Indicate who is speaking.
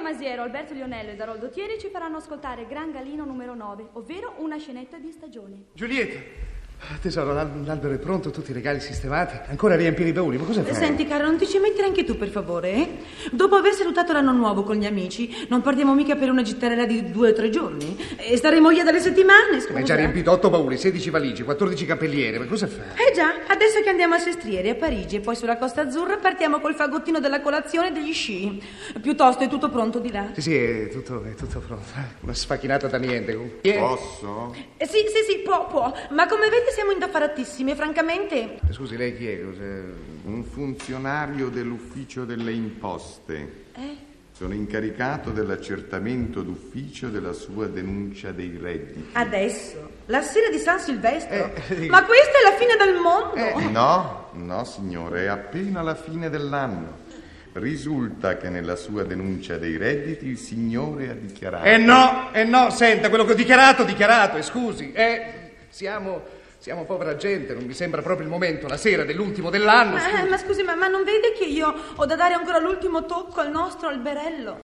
Speaker 1: Masiero, Alberto Lionello ed Aroldo Thieri ci faranno ascoltare Gran Galino numero 9, ovvero una scenetta di stagione.
Speaker 2: Giulietta! Tesoro, l'al- l'albero è pronto, tutti i regali sistemati. Ancora riempire i bauli, ma cosa fai?
Speaker 3: Senti, caro, non ti ci mettere anche tu, per favore? eh? Dopo aver salutato l'anno nuovo con gli amici, non partiamo mica per una gittarella di due o tre giorni? E staremo via dalle settimane, scusa.
Speaker 2: Ma hai già riempito 8 bauli, 16 valigie, 14 cappelliere, ma cosa fai?
Speaker 3: Eh già, adesso che andiamo a Sestriere, a Parigi e poi sulla Costa Azzurra, partiamo col fagottino della colazione e degli sci. Piuttosto è tutto pronto di là.
Speaker 2: Sì, sì, è tutto, è tutto pronto. eh. Una sfacchinata da niente. con- Eh,
Speaker 4: Oh. Posso?
Speaker 3: Eh, sì, sì, sì, può, può. Ma come vedi siamo indaffaratissimi e francamente...
Speaker 2: Scusi, lei chi è? Cos'è?
Speaker 4: Un funzionario dell'ufficio delle imposte. Sono incaricato dell'accertamento d'ufficio della sua denuncia dei redditi.
Speaker 3: Adesso, la sera di San Silvestro.
Speaker 2: Eh, sì. Eh,
Speaker 3: Ma questa è la fine del mondo.
Speaker 4: No, no signore, è appena la fine dell'anno. Risulta che nella sua denuncia dei redditi il signore ha dichiarato...
Speaker 2: Eh no, eh no, senta, quello che ho dichiarato, dichiarato, e scusi. Eh, siamo, siamo povera gente, non mi sembra proprio il momento, la sera dell'ultimo dell'anno.
Speaker 3: Eh, Ma, ma scusi, ma, ma non vede che io ho da dare ancora l'ultimo tocco al nostro alberello?